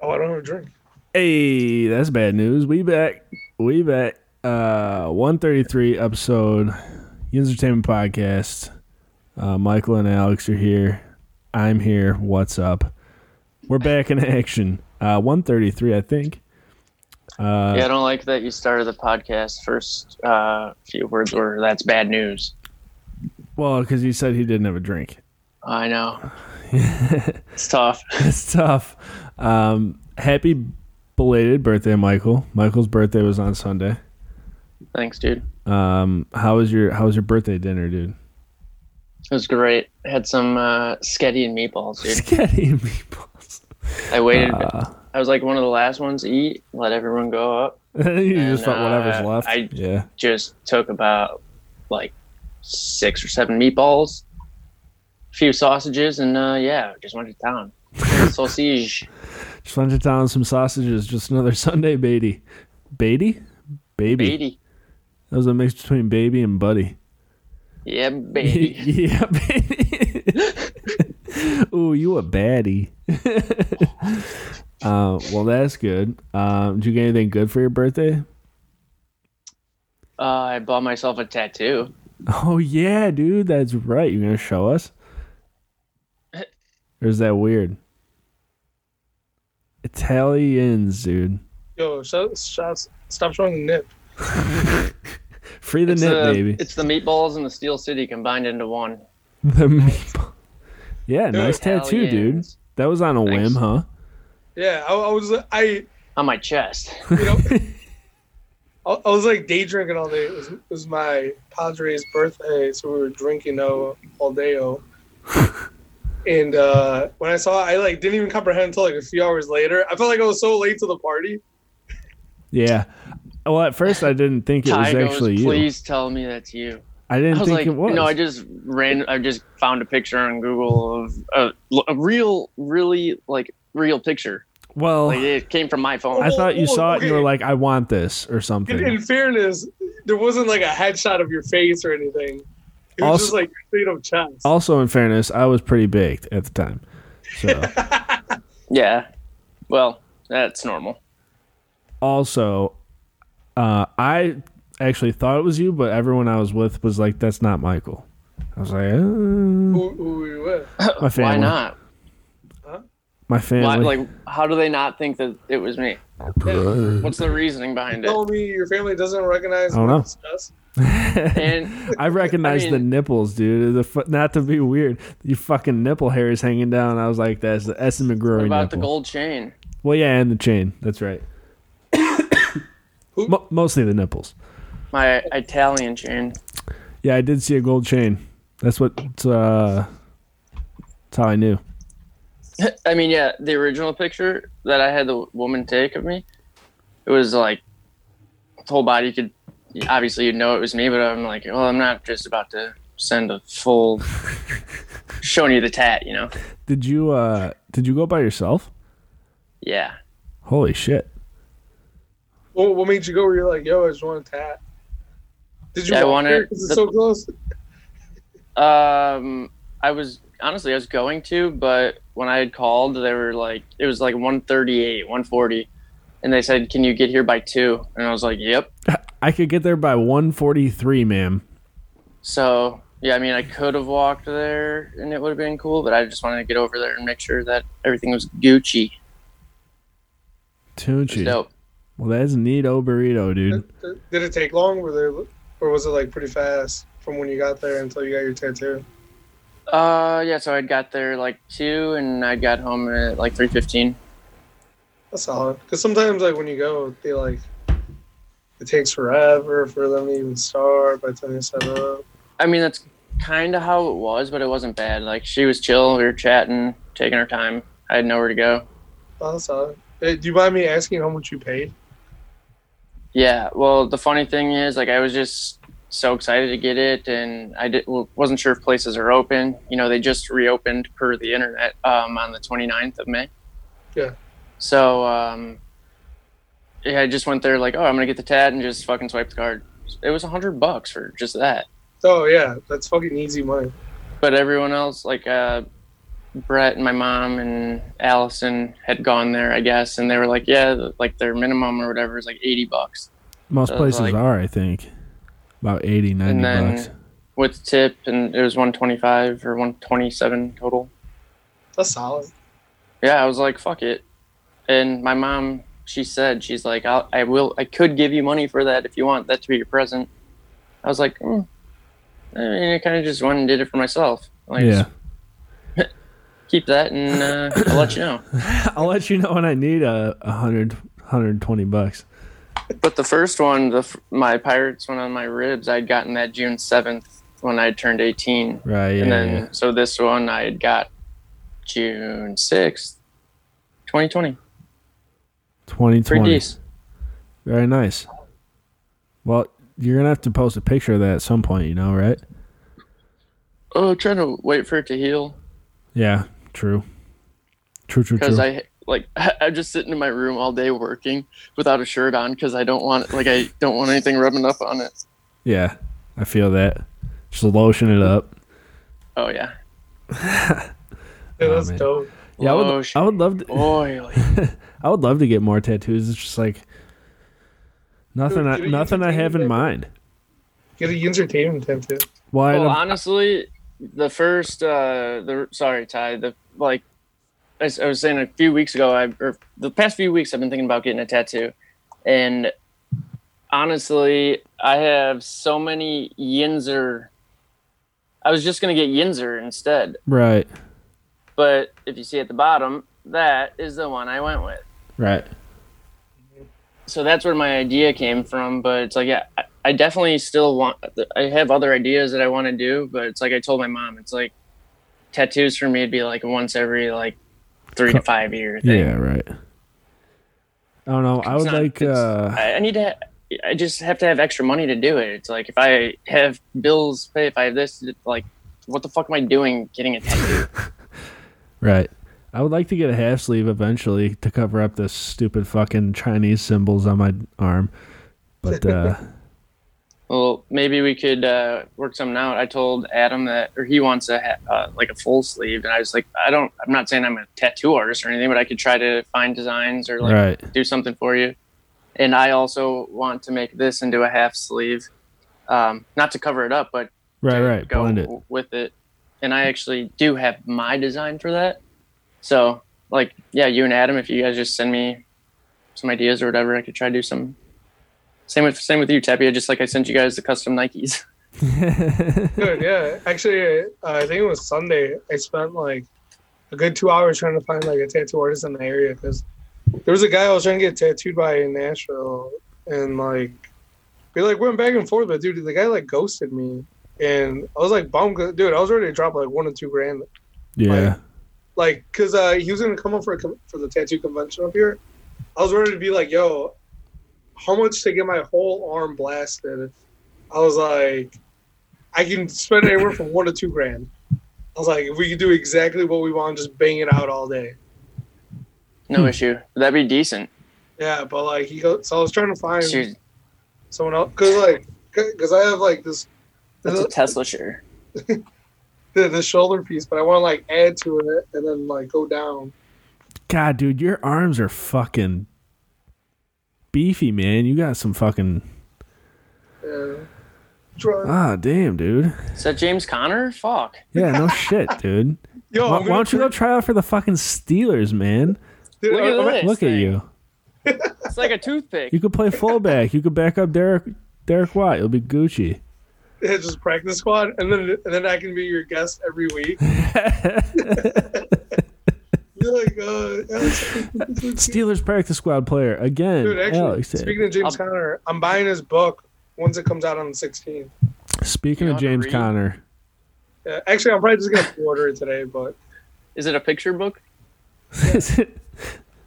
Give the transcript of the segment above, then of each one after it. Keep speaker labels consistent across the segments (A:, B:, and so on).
A: Oh, I don't have a drink.
B: Hey, that's bad news. We back. We back. Uh, one thirty three episode, entertainment podcast. Uh, Michael and Alex are here. I'm here. What's up? We're back in action. Uh, one thirty three, I think. Uh,
C: yeah, I don't like that you started the podcast. First uh, few words were that's bad news.
B: Well, because he said he didn't have a drink.
C: I know. it's tough.
B: It's tough. Um, happy belated birthday, Michael. Michael's birthday was on Sunday.
C: Thanks, dude. It
B: Um, how was your How was your birthday dinner, dude?
C: was great. Had some uh, sketty and meatballs, dude.
B: Spaghetti and meatballs.
C: I waited. I was like one of the last ones to eat. Let everyone go up.
B: you just
C: And,
B: felt whatever's
C: uh,
B: left.
C: I-
B: yeah.
C: Just took about like six or seven meatballs, a few sausages, and uh, yeah, just went to town. Sausage.
B: Just went to town some sausages. Just another Sunday baby. Baby? Baby.
C: Baby.
B: That was a mix between baby and buddy.
C: Yeah, baby.
B: yeah, baby. Ooh, you a baddie. uh, well, that's good. Um, did you get anything good for your birthday?
C: Uh, I bought myself a tattoo.
B: Oh, yeah, dude. That's right. You're going to show us? Or is that weird? Italians, dude.
A: Yo, shut, shut, stop showing the nip.
B: Free the
C: It's,
B: net,
C: uh,
B: baby.
C: it's the meatballs and the Steel City combined into one.
B: The meatball. Yeah, nice tattoo, dude.
C: Italians.
B: That was on a
C: Thanks.
B: whim, huh?
A: Yeah, I, I was I you
C: On my chest.
A: know I, I was like day drinking all day. It was, it was my Padres birthday, so we were drinking oh, all day. Oh. And uh, when I saw, it, I like didn't even comprehend until like a few hours later. I felt like I was so late to the party.
B: Yeah. Well, at first I didn't think it was
C: Ty goes,
B: actually you.
C: Please tell me that's you.
B: I didn't
C: I was
B: think
C: like,
B: it was.
C: no, I just ran. I just found a picture on Google of a, a real, really like real picture.
B: well,
C: Like it came from my phone.
B: I thought you
A: Oh,
B: saw it and you were
A: okay.
B: like, I want this or
A: In,
B: something.
A: in fairness, there wasn't like a headshot of your face or anything. It was
B: Also-
A: just like your state of chest.
B: Also, in fairness, I was pretty baked at the time. So,
C: yeah. Well, that's normal.
B: also, uh, I actually thought it was you, but everyone I was with was like, that's not Michael. I was like, uh,
A: who, who were you with?
B: my family.
C: Why not?
B: My
C: Why,
B: family.
C: like, how do they not think that it was me? What's the reasoning behind it?
A: Tell me your family doesn't recognize
B: I don't know.
A: Marcus Jess?
C: And
B: I recognize
C: I
B: the
C: mean-
B: nipples, dude. The fu- not to be weird, your fucking nipple hair is hanging down. I was like, that's the Essen
C: what
B: McGrory
C: about the
B: nipple.
C: gold chain?
B: Well, yeah, and the chain. That's right.
A: Who-
B: Mo- mostly the nipples.
C: My Italian chain.
B: Yeah, I did see a gold chain. That's what. Uh, that's how I knew.
C: I mean, yeah, the original picture that I had the woman take of me, it was like whole body. You could obviously you'd know it was me, but I'm like, well, I'm not just about to send a full showing you the tat, you know?
B: Did you? Uh, did you go by yourself?
C: Yeah,
B: Holy shit!
A: What, what made you go where you're like, yo, I just want a tat? Did you
C: Yeah, I
A: walk
C: wanted
A: here 'cause it's
C: the-
A: so close?
C: um, I was honestly I was going to, but when I had called, they were like, it was like 138, 140, and they said, can you get here by two? And I was like, yep.
B: I could get there by one forty-three, ma'am.
C: So yeah, I mean, I could have walked there and it would have been cool, but I just wanted to get over there and make sure that everything was Gucci. It was
B: Tunchi.
C: dope.
B: Well, that's neato burrito, dude.
A: Did it take long? Were there, or was it like pretty fast from when you got there until you got your tattoo?
C: Uh, yeah. So I got there like two, and I got home at like three fifteen.
A: That's solid. Because sometimes, like when you go, they like it takes forever for them to even start by the time you set up.
C: I mean, that's kind of how it was, but it wasn't bad. Like she was chill. We were chatting, taking our time. I had nowhere to go.
A: Oh, that's solid. Hey, do you mind me asking how much you paid?
C: Yeah. Well, the funny thing is, like, I was just so excited to get it, and I did, well, wasn't sure if places are open. You know, they just reopened per the internet um, on the 29th of May.
A: Yeah.
C: So, um, yeah, I just went there like, oh, I'm gonna get the tat and just fucking swipe the card. It was a hundred bucks for just that.
A: Oh yeah, that's fucking easy money.
C: But everyone else, like, uh, Brett and my mom and Allison had gone there, I guess, and they were like, yeah, like their minimum or whatever is like 80 bucks.
B: Most
C: So,
B: places
C: like-
B: are, I think, about 80, 90
C: And then
B: bucks.
C: with tip, and it was 125 or 127 total.
A: That's solid.
C: Yeah, I was like, fuck it. And my mom, she said, she's like, I'll, I will, I could give you money for that if you want that to be your present. I was like, mm. I mean, I kind of just went and did it for myself. Like,
B: Yeah,
C: keep that and uh, I'll let you know.
B: I'll let you know when I need a 100, 120 bucks.
C: But the first one, the f- my Pirates one on my ribs, I'd gotten that June seventh when I turned eighteen,
B: Right? Yeah.
C: and then
B: yeah.
C: so this one I had got June sixth, twenty twenty. Pretty
B: 2020.
C: decent.
B: Very nice. Well, you're gonna have to post a picture of that at some point, you know, right?
C: Oh, trying to wait for it to heal
B: Yeah. True. True. True.
C: because
B: True.
C: I like I'm just sitting in my room all day working without a shirt on because I don't want like I don't want anything rubbing up on it.
B: yeah, I feel that. Just lotion it up.
C: Oh yeah,
A: Dude,
B: Oh,
A: that's
B: man.
A: dope.
B: Yeah, I would,
C: Lotion.
B: I would love to.
C: oily.
B: I would love to get more tattoos. It's just like nothing.
A: Dude,
B: I,
A: dude, you
B: nothing
A: can
B: I
A: do
B: have in
A: that.
B: mind.
A: Get a Yinzer Tatum tattoo.
B: Why?
C: Well,
B: the-
C: honestly, the first, uh, the sorry, Ty, the like, I, s- I was saying a few weeks ago, I or the past few weeks, I've been thinking about getting a tattoo, and honestly, I have so many Yinzer. I was just gonna get Yinzer instead,
B: right.
C: but if you see at the bottom, that is the one I went with.
B: Right.
C: so that's where my idea came from. But it's like, yeah, I- I definitely still want. I have other ideas that I want to do, but it's like I told my mom, it's like tattoos for me would be like once every like three to five year thing.
B: Yeah. Right. I don't know. I
C: It's
B: would
C: not-
B: like.
C: it's-
B: uh
C: I, I need to. Ha- I just have to have extra money to do it. It's like if I have bills to pay, if I have this, like, what the fuck am I doing getting a tattoo?
B: Right. I would like to get a half sleeve eventually to cover up the stupid fucking Chinese symbols on my arm. But uh
C: well, maybe we could uh, work something out. I told Adam that, or he wants a ha- uh, like a full sleeve, and I was like, I don't. I'm not saying I'm a tattoo artist or anything, but I could try to find designs or like
B: right.
C: do something for you. And I also want to make this into a half sleeve, um, not to cover it up, but
B: Right,
C: to
B: right.
C: go
B: Blend it.
C: w- with it. And I actually do have my design for that. So, like, yeah, you and Adam, if you guys just send me some ideas or whatever, I could try to do some. Same with same with you, Tapia. Just like I sent you guys the custom Nikes.
A: Dude, yeah. Actually, uh, I think it was Sunday. I spent like a good two hours trying to find like a tattoo artist in the area because there was a guy I was trying to get tattooed by in Nashville, and like we like went back and forth, but dude, the guy like ghosted me, and I was like bummed. 'cause- Dude, I was ready to drop like one or two grand,
B: yeah.
A: like because uh, he was gonna come up for a, con- for the tattoo convention up here. I was ready to be like, yo, how much to get my whole arm blasted? I was like, I can spend anywhere from one to two grand. I was like, if we could do exactly what we want, just bang it out all day.
B: Hmm.
C: No issue. That'd be decent.
A: Yeah, but like he goes, so I was trying to find
C: Shoot,
A: someone else because like because I have like this
C: that's a Tesla share.
A: the, the shoulder piece, but I want to like add to it and then like go down.
B: God, dude, your arms are fucking beefy, man. You got some fucking
A: Yeah. Try-
B: Ah, damn, dude.
C: Is that James Connor? Fuck.
B: Yeah, no shit, dude.
A: Yo,
B: why,
A: I'm gonna
B: why don't you go
A: print-
B: try out for the fucking Steelers, man?
A: dude,
C: Look
A: I'm-
C: at
A: I'm-
C: this.
B: Look at
C: thing.
B: you.
C: It's like a toothpick.
B: You could play fullback. You could back up Derek Derek White. You'll be Gucci.
A: Yeah, just practice squad, and then and then I can be your guest every week. You're like, uh, Alex,
B: Steelers practice squad player again.
A: dude. Actually,
B: Alex.
A: speaking of James Conner, I'm buying his book once it comes out on the 16th.
B: Speaking of
C: You wanna
B: James
C: read?
B: Conner,
A: Yeah, actually, I'm probably just gonna order it today, but
C: Is it a picture book?
B: is it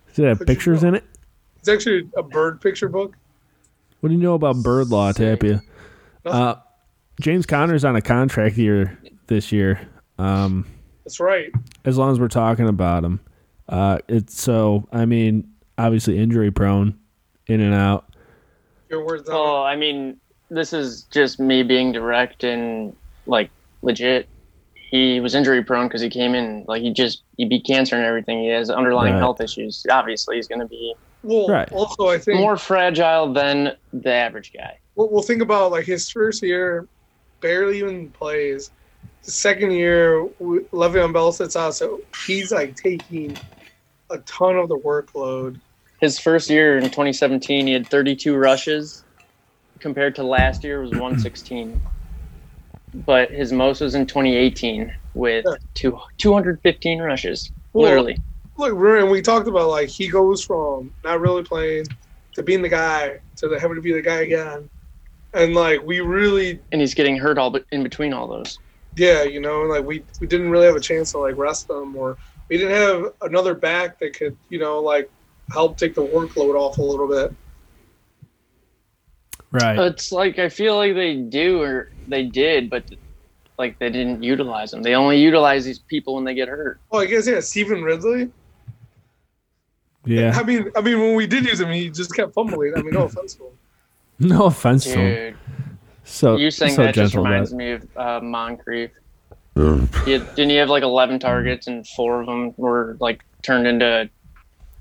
B: does it have
A: Picture
B: pictures
A: book.
B: in it?
A: it's actually a bird picture book.
B: What do you know about bird law,
C: Sick.
B: Tapia?
A: Oh.
B: Uh, James Conner's on a contract year this year. Um,
A: That's right.
B: as long as we're talking about him. Uh, it's so I mean, obviously injury prone, in and out.
A: Your words. on
C: Oh, I mean, this is just me being direct and like legit. he was injury prone because he came in like he just he beat cancer and everything. He has underlying
B: Right.
C: health issues. Obviously, he's going to be
A: Well,
B: Right.
A: also I think
C: more fragile than the average guy.
A: we'll, we'll think about like his first year, barely even plays. The second year, w- Le'Veon Bell sits out, so he's like taking a ton of the workload.
C: His first year in 2017, he had 32 rushes, compared to last year was 116. But his most was in 2018 with
A: Sure.
C: two, 215 rushes,
A: Well,
C: literally.
A: Look, remember, and we talked about like he goes from not really playing to being the guy to the, having to be the guy again, and like we really,
C: And he's getting hurt all but in between all those.
A: yeah, you know, and, like we we didn't really have a chance to like rest him, or we didn't have another back that could you know like help take the workload off a little bit.
B: Right.
C: It's like I feel like they do or they did, but like they didn't utilize them. They only utilize these people when they get hurt.
A: Oh, I guess yeah, Stephen Ridley.
B: yeah.
A: I mean, I mean, when we did use him, he just kept fumbling. I mean, no offense to him.
B: No offense to him.
C: Dude,
B: So
C: you saying
B: so
C: that just
B: gentle about
C: reminds
B: it.
C: me of uh, Moncrief. He had, didn't he have like 11 targets and four of them were like turned into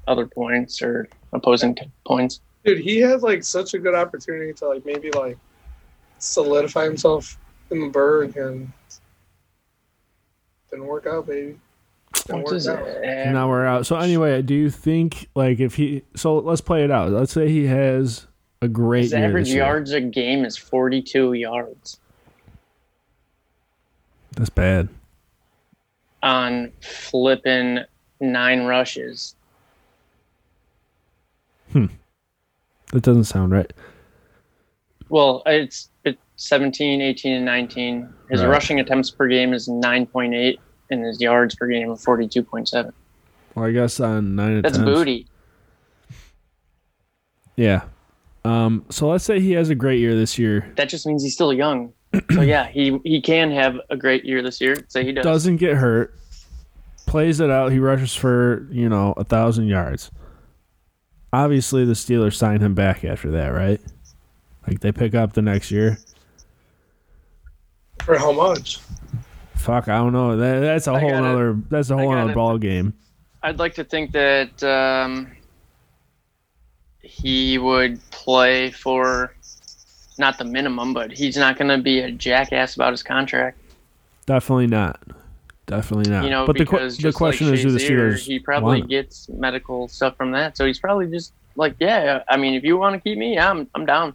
C: other points or opposing t- points?
A: Dude, he had like such a good opportunity to like maybe like solidify himself in the bird and didn't work out, baby. Didn't
C: Which
A: work
C: is,
A: out.
C: eh,
B: And now we're out. So anyway, do you think like if he? So let's play it out. Let's say he has a great
C: his
B: year.
C: average
B: this year.
C: yards a game is 42 yards
B: That's bad.
C: on flipping nine rushes.
B: That doesn't sound right.
C: Well, it's, it's 17, 18, and 19. His
B: Right.
C: rushing attempts per game is 9.8 and his yards per game are 42.7.
B: Well, I guess on nine.
C: That's
B: attempts-
C: booty.
B: Yeah. Um. So let's say he has a great year this year.
C: That just means he's still young. so yeah, he he can have a great year this year. So he does.
B: doesn't get hurt, plays it out. He rushes for you know a thousand yards. Obviously, the Steelers sign him back after that, right? Like they pick up the next year.
A: For how much?
B: Fuck, I don't know. That, that's a
C: I
B: whole
C: got it.
B: other. That's a whole
C: got
B: other
C: it.
B: ball game.
C: I'd like to think that um, he would play for not the minimum, but he's not going to be a jackass about his contract.
B: Definitely not. Definitely not.
C: You know,
B: but the que-
C: because
B: the
C: just
B: question
C: like
B: is, do the
C: Shazier,
B: Steelers
C: he probably
B: want him?
C: gets medical stuff from that, so he's probably just like, yeah. I mean, if you want to keep me, yeah, I'm I'm down.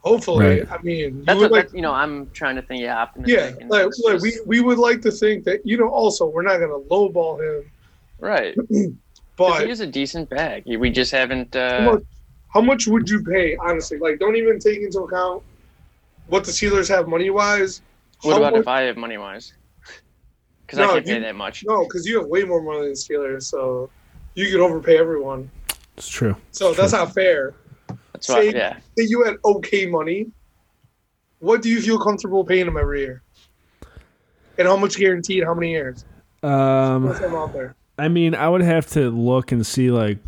A: Hopefully,
B: Right.
A: I mean, you
C: That's
A: would
C: what
A: like,
C: that's, you know. I'm trying to think, yeah,
A: yeah,
C: optimistic. and
A: like,
C: it's
A: like
C: just-
A: we we would like to think that you know. Also, we're not gonna lowball him,
C: right. 'Cause
A: but
C: he is a decent bag. We just haven't.
A: how
C: Uh,
A: much, how much would you pay? Honestly, like, don't even take into account what the Steelers have money wise.
C: what about if I have money wise? Because
A: No,
C: I can't
A: you-
C: pay that much.
A: No, because you have way more money than the Steelers, so you could overpay everyone.
B: It's true.
A: So that's not fair.
C: That's why,
A: Say-
C: yeah.
A: Say you had okay money. What do you feel comfortable paying them every year? And how much guaranteed? How many years?
B: Um,
A: What's them out there?
B: I mean, I would have to look and see like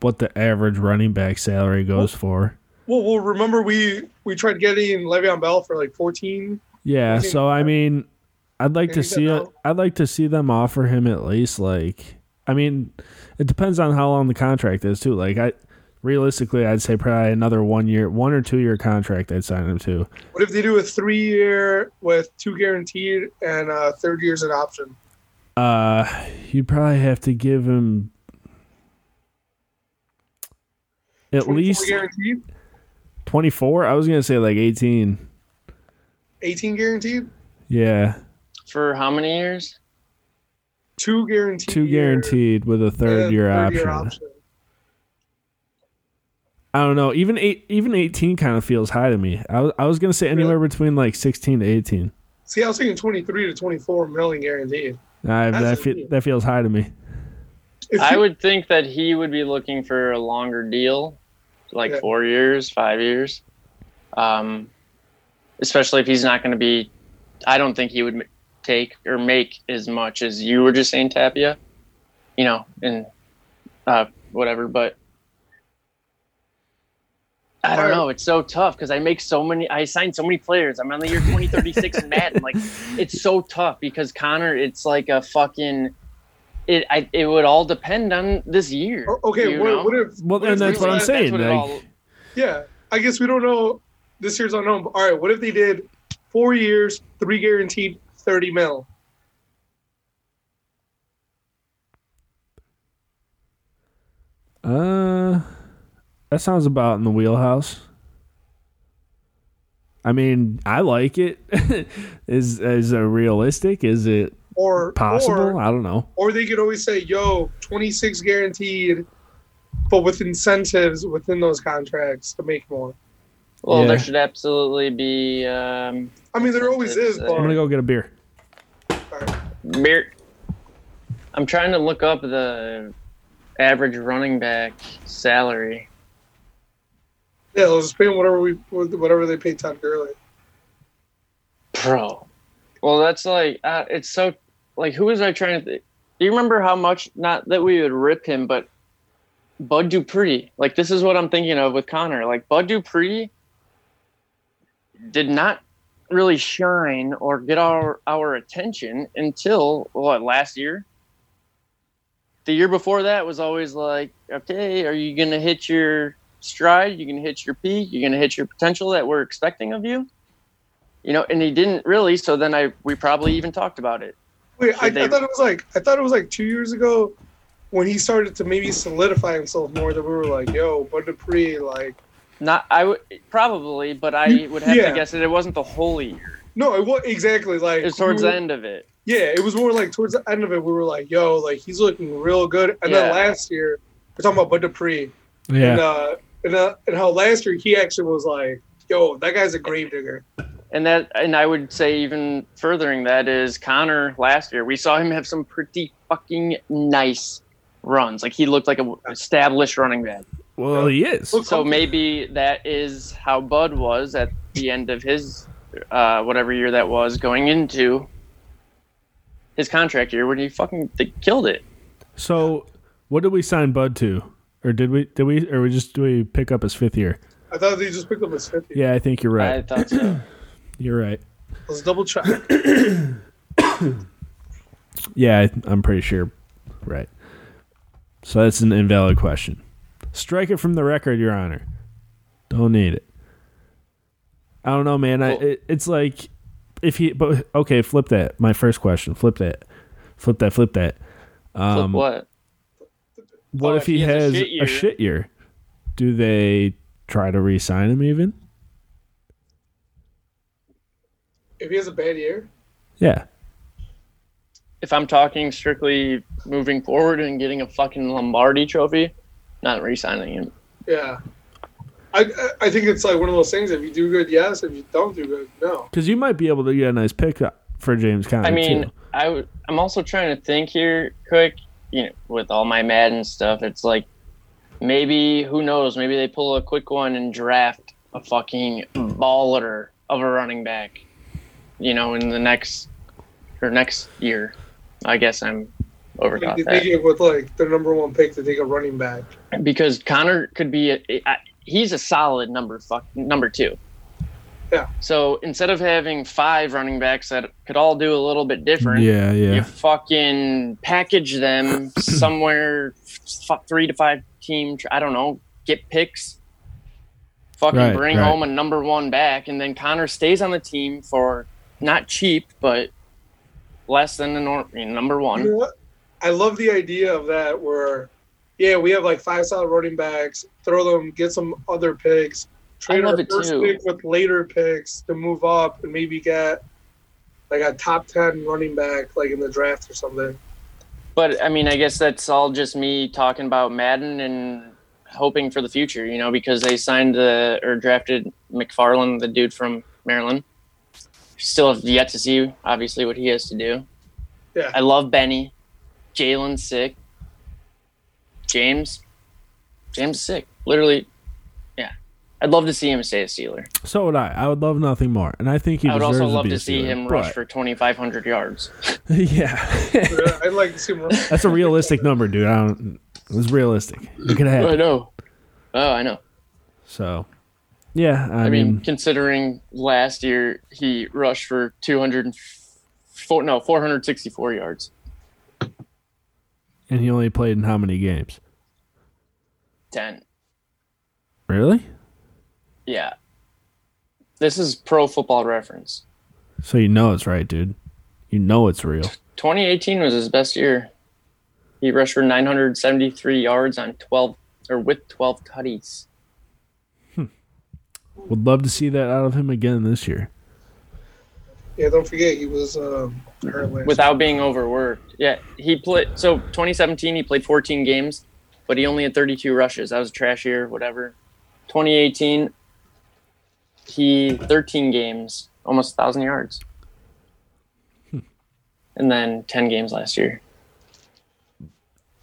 B: what the average running back salary goes for.
A: Well, well, remember we we tried getting Le'Veon Bell for like fourteen.
B: Yeah,
A: Okay.
B: so I mean, I'd like to
A: Maybe
B: see it.
A: they'll-
B: I'd like to see them offer him at least like. I mean, it depends on how long the contract is too. Like I, realistically, I'd say probably another one year, one or two year contract. I'd sign him to.
A: What if they do a three year with two guaranteed and uh, third year's an option?
B: Uh, you'd probably have to give him at
A: 24
B: least
A: guaranteed,
B: twenty four. I was gonna say like eighteen.
A: eighteen guaranteed,
B: Yeah,
C: For how many years?
A: two guaranteed,
B: two
A: years,
B: guaranteed with a
A: and
B: third year option. I don't know. Even eight, even eighteen kind of feels high to me. I was, I was gonna say anywhere between like sixteen to eighteen.
A: See, I was thinking twenty three to twenty four million guaranteed.
B: I, that
A: That's
B: fe-
A: weird.
B: that feels high to me.
A: If
C: I
A: you-
C: would think that he would be looking for a longer deal, like
A: Yeah.
C: four years, five years. Um, especially if he's not going to be, I don't think he would m- take or make as much as you were just saying, Tapia. You know, and uh, whatever. But I don't know. It's so tough because I make so many. I signed so many players. I'm on the year 2036 in Madden. Like, it's so tough because Connor, it's like a fucking. It I, it would all depend on this year.
A: O- Oh, Okay,
C: you
A: what,
C: know?
A: what if?
B: Well,
A: what if
B: and that's
A: we
B: what I'm
A: let-
B: saying.
C: it
B: like-
C: all-
A: Yeah, I guess we don't know. This year's unknown. But all right, what if they did four years, three guaranteed, thirty mil?
B: Uh, that sounds about in the wheelhouse. I mean, I like it. is is it realistic? Is it
A: Or
B: possible?
A: Or,
B: I don't know.
A: or they could always say, "Yo, twenty six guaranteed." But with incentives within those contracts to make more.
C: Well,
B: Yeah.
C: there should absolutely be. Um,
A: I mean, there always is,
C: I'm
A: but
B: I'm gonna go get a beer.
C: Mer- I'm trying to look up the average running back salary.
A: yeah, they'll just pay him whatever we whatever they paid Todd Gurley.
C: Bro. Well, that's like uh, it's so like who was I trying to? Th- Do you remember how much? Not that we would rip him, but Bud Dupree. Like this is what I'm thinking of with Connor. Like Bud Dupree did not really shine or get our our attention until what last year. The year before that was always like, okay, are you gonna hit your stride? You gonna hit your peak? You gonna hit your potential that we're expecting of you? you know and he didn't really so then i we probably even talked about it
A: Wait, I,
C: They-
A: I thought it was like I thought it was like two years ago when he started to maybe solidify himself more that we were like, "Yo, Bud Dupree, like."
C: not i would probably but i would have
A: Yeah.
C: to guess that it wasn't the whole year
A: No, it was exactly like
C: it was towards
A: we
C: the
A: were-
C: end of it
A: Yeah, it was more like towards the end of it. We were like, "Yo, like he's looking real good." And then
C: Yeah.
A: last year, we're talking about Bud Dupree,
B: Yeah,
A: and uh, and, uh, and how last year he actually was like, "Yo, that guy's a gravedigger."
C: and that and i would say even furthering that is connor last year we saw him have some pretty fucking nice runs like he looked like a established running back
B: well, he is.
A: Look-
C: so maybe that is how bud was at the end of his uh, whatever year that was going into his contract year when he fucking they killed it
B: So, what did we sign Bud to, or did we? Did we? Or we just do we pick up his fifth year?
A: I thought they just picked up his fifty.
B: Yeah, I think you're right.
C: i thought so
B: you're right.
A: Let's double check.
B: Yeah, I, I'm pretty sure. Right. So that's an invalid question. Strike it from the record, Your Honor. Don't need it. I don't know, man. I
C: Well-
B: it, it's like if he, but okay, flip that. My first question, flip that, flip that, flip that.
C: Flip
B: Um,
C: what?
B: What
C: Oh,
B: if he, has, a, shit
C: year.
B: year? Do they try to re-sign him? Even
A: If he has a bad year,
B: yeah,
C: If I'm talking strictly moving forward and getting a fucking Lombardi trophy, not re-signing him.
A: yeah. I I- I think it's like one of those things. If you do good, yes. If you don't do good, no.
B: because you might be able to get a nice pickup for James Conner.
C: I mean,
B: too.
C: I w- I'm also trying to think here quick. You know, with all my Madden stuff, it's like maybe who knows? Maybe they pull a quick one and draft a fucking baller of a running back. You know, in the next or next year. I guess I'm over
A: Like,
C: that.
A: they give with like their number one pick to take a running back.
C: because Connor could be a, I- he's a solid number fuck number two.
A: Yeah.
C: So instead of having five running backs that could all do a little bit different,
B: yeah, yeah.
C: you fucking package them somewhere, f- three to five team. tr- I don't know. Get picks. Fucking
B: Right,
C: bring
B: right.
C: home a number one back, and then Connor stays on the team for not cheap, but less than the nor- number one.
A: You know what? I love the idea of that where, yeah, we have like five solid running backs, throw them, get some other picks, trade
C: love
A: our
C: it
A: first
C: too.
A: pick with later picks to move up and maybe get like a top 10 running back like in the draft or something.
C: But I mean, I guess that's all just me talking about Madden and hoping for the future, you know, because they signed the or drafted McFarland, the dude from Maryland. Still have yet to see, obviously, what he has to do.
A: Yeah.
C: I love Benny, Jalen sick, James, James is sick. Literally, yeah. I'd love to see him stay a Steeler.
B: So would I. I would love nothing more, and I think he
C: I would
B: deserves
C: also
B: to
C: love
B: be
C: to
B: a
C: see
B: Steeler,
C: him rush
B: but-
C: for twenty five hundred yards.
B: yeah,
A: Yeah, I'd like to see him.
B: that's a realistic number, dude. I don't. It's realistic. It could happen.
C: know. Oh, I know.
B: So Yeah, I,
C: I
B: mean,
C: mean, considering last year he rushed for 204, no, 464 yards,
B: and he only played in how many games?
C: 10.
B: Really?
C: Yeah. This is pro football reference.
B: So you know it's right, dude. You know it's real.
C: 2018 was his best year. He rushed for 973 yards on 12 or with 12 tutties.
B: Would love to see that out of him again this year.
A: Yeah, don't forget he was um, hurt last
C: without being overworked. Yeah, he played. So 2017, he played 14 games, but he only had 32 rushes. That was a trash year, whatever. 2018, he 13 games, almost 1,000 yards,
B: Hmm.
C: and then 10 games last year.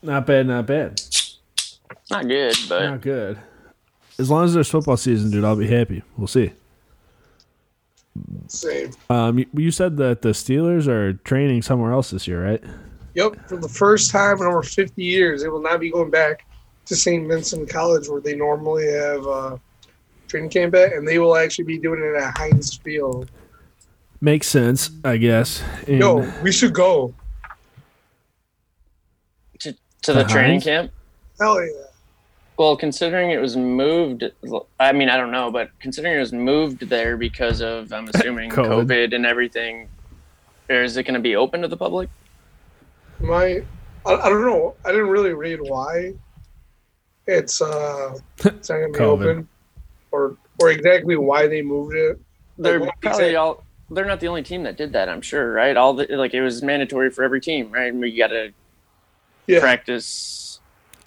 B: Not bad, not bad.
C: Not good, but
B: Not good. As long as there's football season, dude, I'll be happy. We'll see.
A: Same.
B: Um, you, you said that the Steelers are training somewhere else this year, right?
A: Yep, for the first time in over 50 years, they will not be going back to St. Vincent College where they normally have uh, training camp at, and they will actually be doing it at Heinz Field.
B: Makes sense, I guess. And
A: Yo, we should go.
C: to, to the
B: Behind?
C: training camp.
A: Hell yeah.
C: Well, considering it was moved, I mean, I don't know, but considering it was moved there because of, I'm assuming,
B: COVID.
C: COVID, and everything, or is it going to be open to the public?
A: My, I, I don't know. I didn't really read why it's uh it's not gonna be
B: COVID.
A: open, or or exactly why they moved it.
C: They're
A: Like, what
C: probably
A: exact-
C: all. They're not the only team that did that, I'm sure, right? All the like it was mandatory for every team, right? And we got to
A: Yeah,
C: practice.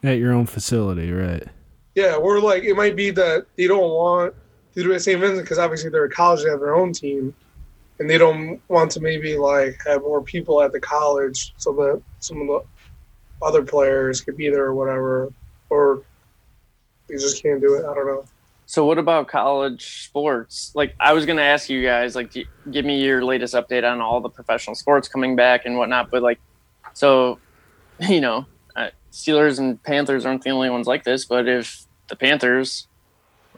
B: at your own facility, right?
A: yeah. We're like it might be that they don't want to do it at St. Vincent because obviously they're a college, they have their own team, and they don't want to maybe like have more people at the college so that some of the other players could be there or whatever, or they just can't do it. I don't know.
C: So, what about college sports? Like, I was going to ask you guys, like, do- give me your latest update on all the professional sports coming back and whatnot. But like, so, you know, uh, Steelers and Panthers aren't the only ones like this. But if the Panthers